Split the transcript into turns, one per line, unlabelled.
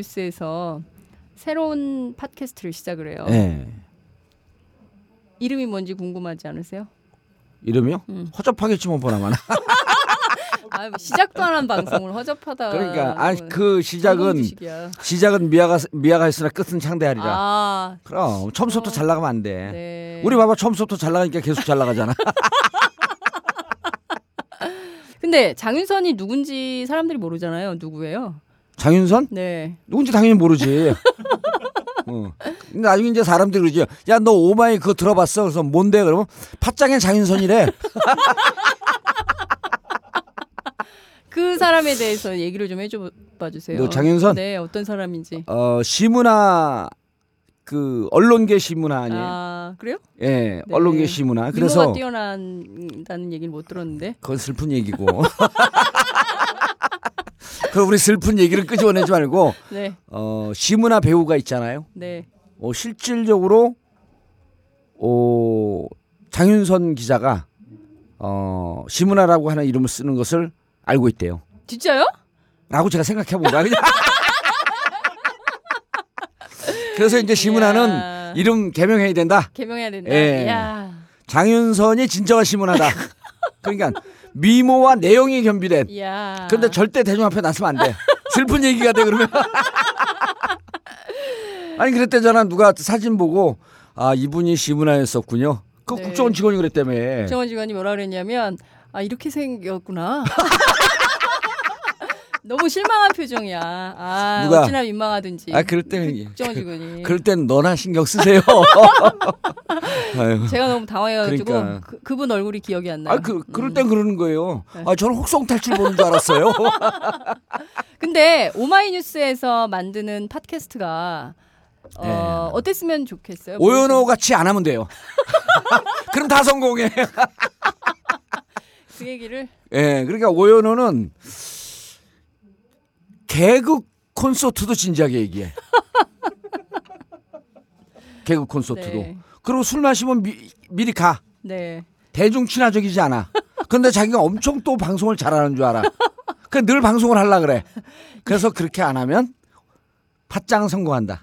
오마이뉴스에서 새로운 팟캐스트를 시작을 해요.
예.
이름이 뭔지 궁금하지 않으세요?
이름이요?
음.
허접하겠지 뭐 보나마나.
아, 뭐 시작도 안 한 방송을 허접하다. 뭐
그러니까 아 그 시작은
주식이야.
시작은 미아가 미아가 있으나 끝은 창대하리라.
아,
그럼 처음부터 잘 나가면 안 돼.
네.
우리 봐봐 처음부터 잘 나가니까 계속 잘 나가잖아.
근데 장윤선이 누군지 사람들이 모르잖아요. 누구예요?
장윤선?
네.
누군지 당연히 모르지. 어. 근데 나중에 이제 사람들이 그러지. 야 너 오마이 그거 들어봤어? 그래서 뭔데? 그러면 팥장엔 장윤선이래.
그 사람에 대해서 얘기를 좀 해줘 봐 주세요.
너 장윤선?
네, 어떤 사람인지.
어 시문화 그 언론계 시문화 아니에요?
아, 그래요?
예,
네.
언론계 시문화.
그래서
그래서
뛰어난다는 얘기를 못 들었는데.
그건 슬픈 얘기고. 그럼 우리 슬픈 얘기를 끄집어내지 말고
네.
어 시문화 배우가 있잖아요.
네.
어, 실질적으로 어, 장윤선 기자가 어, 시문화라고 하는 이름을 쓰는 것을 알고 있대요.
진짜요?
라고 제가 생각해 본다. 그냥. 그래서 이제 시문화는
이야.
이름 개명해야 된다.
개명해야 된다.
예.
야.
장윤선이 진정한 시문화다. 그러니까 미모와 내용이 겸비된.
야.
그런데 절대 대중 앞에 나서면 안 돼. 슬픈 얘기가 돼 그러면. 아니 그랬대잖아 누가 사진 보고 아 이분이 시문화였었군요. 그
네.
국정원 직원이 그랬다며.
정원 직원이 뭐라 그랬냐면 아 이렇게 생겼구나. 너무 실망한 표정이야. 아
누가?
어찌나 민망하든지.
아 그럴 때는
정원 직원이.
그럴 땐 너나 신경 쓰세요. 아유.
제가 너무 당황해가지고
그러니까.
그 그분 얼굴이 기억이 안 나요.
아, 그, 그럴
음.
땐 그러는 거예요.
네.
아, 저는 혹성 탈출 보는 줄 알았어요.
아, 근데 오마이뉴스에서 만드는 팟캐스트가 어,
네.
어땠으면 좋겠어요.
오연호 같이 안 하면 돼요. 그럼 다 성공해.
그 얘기를
예, 그러니까 오연호는 개그 콘서트도 진지하게 얘기해. 개그 콘서트도.
네.
그리고 술 마시면 미, 미리 가.
네.
대중 친화적이지 않아. 근데 자기가 엄청 또 방송을 잘하는 줄 알아. 그 늘 방송을 하려 그래. 그래서 그렇게 안 하면 팥장 성공한다.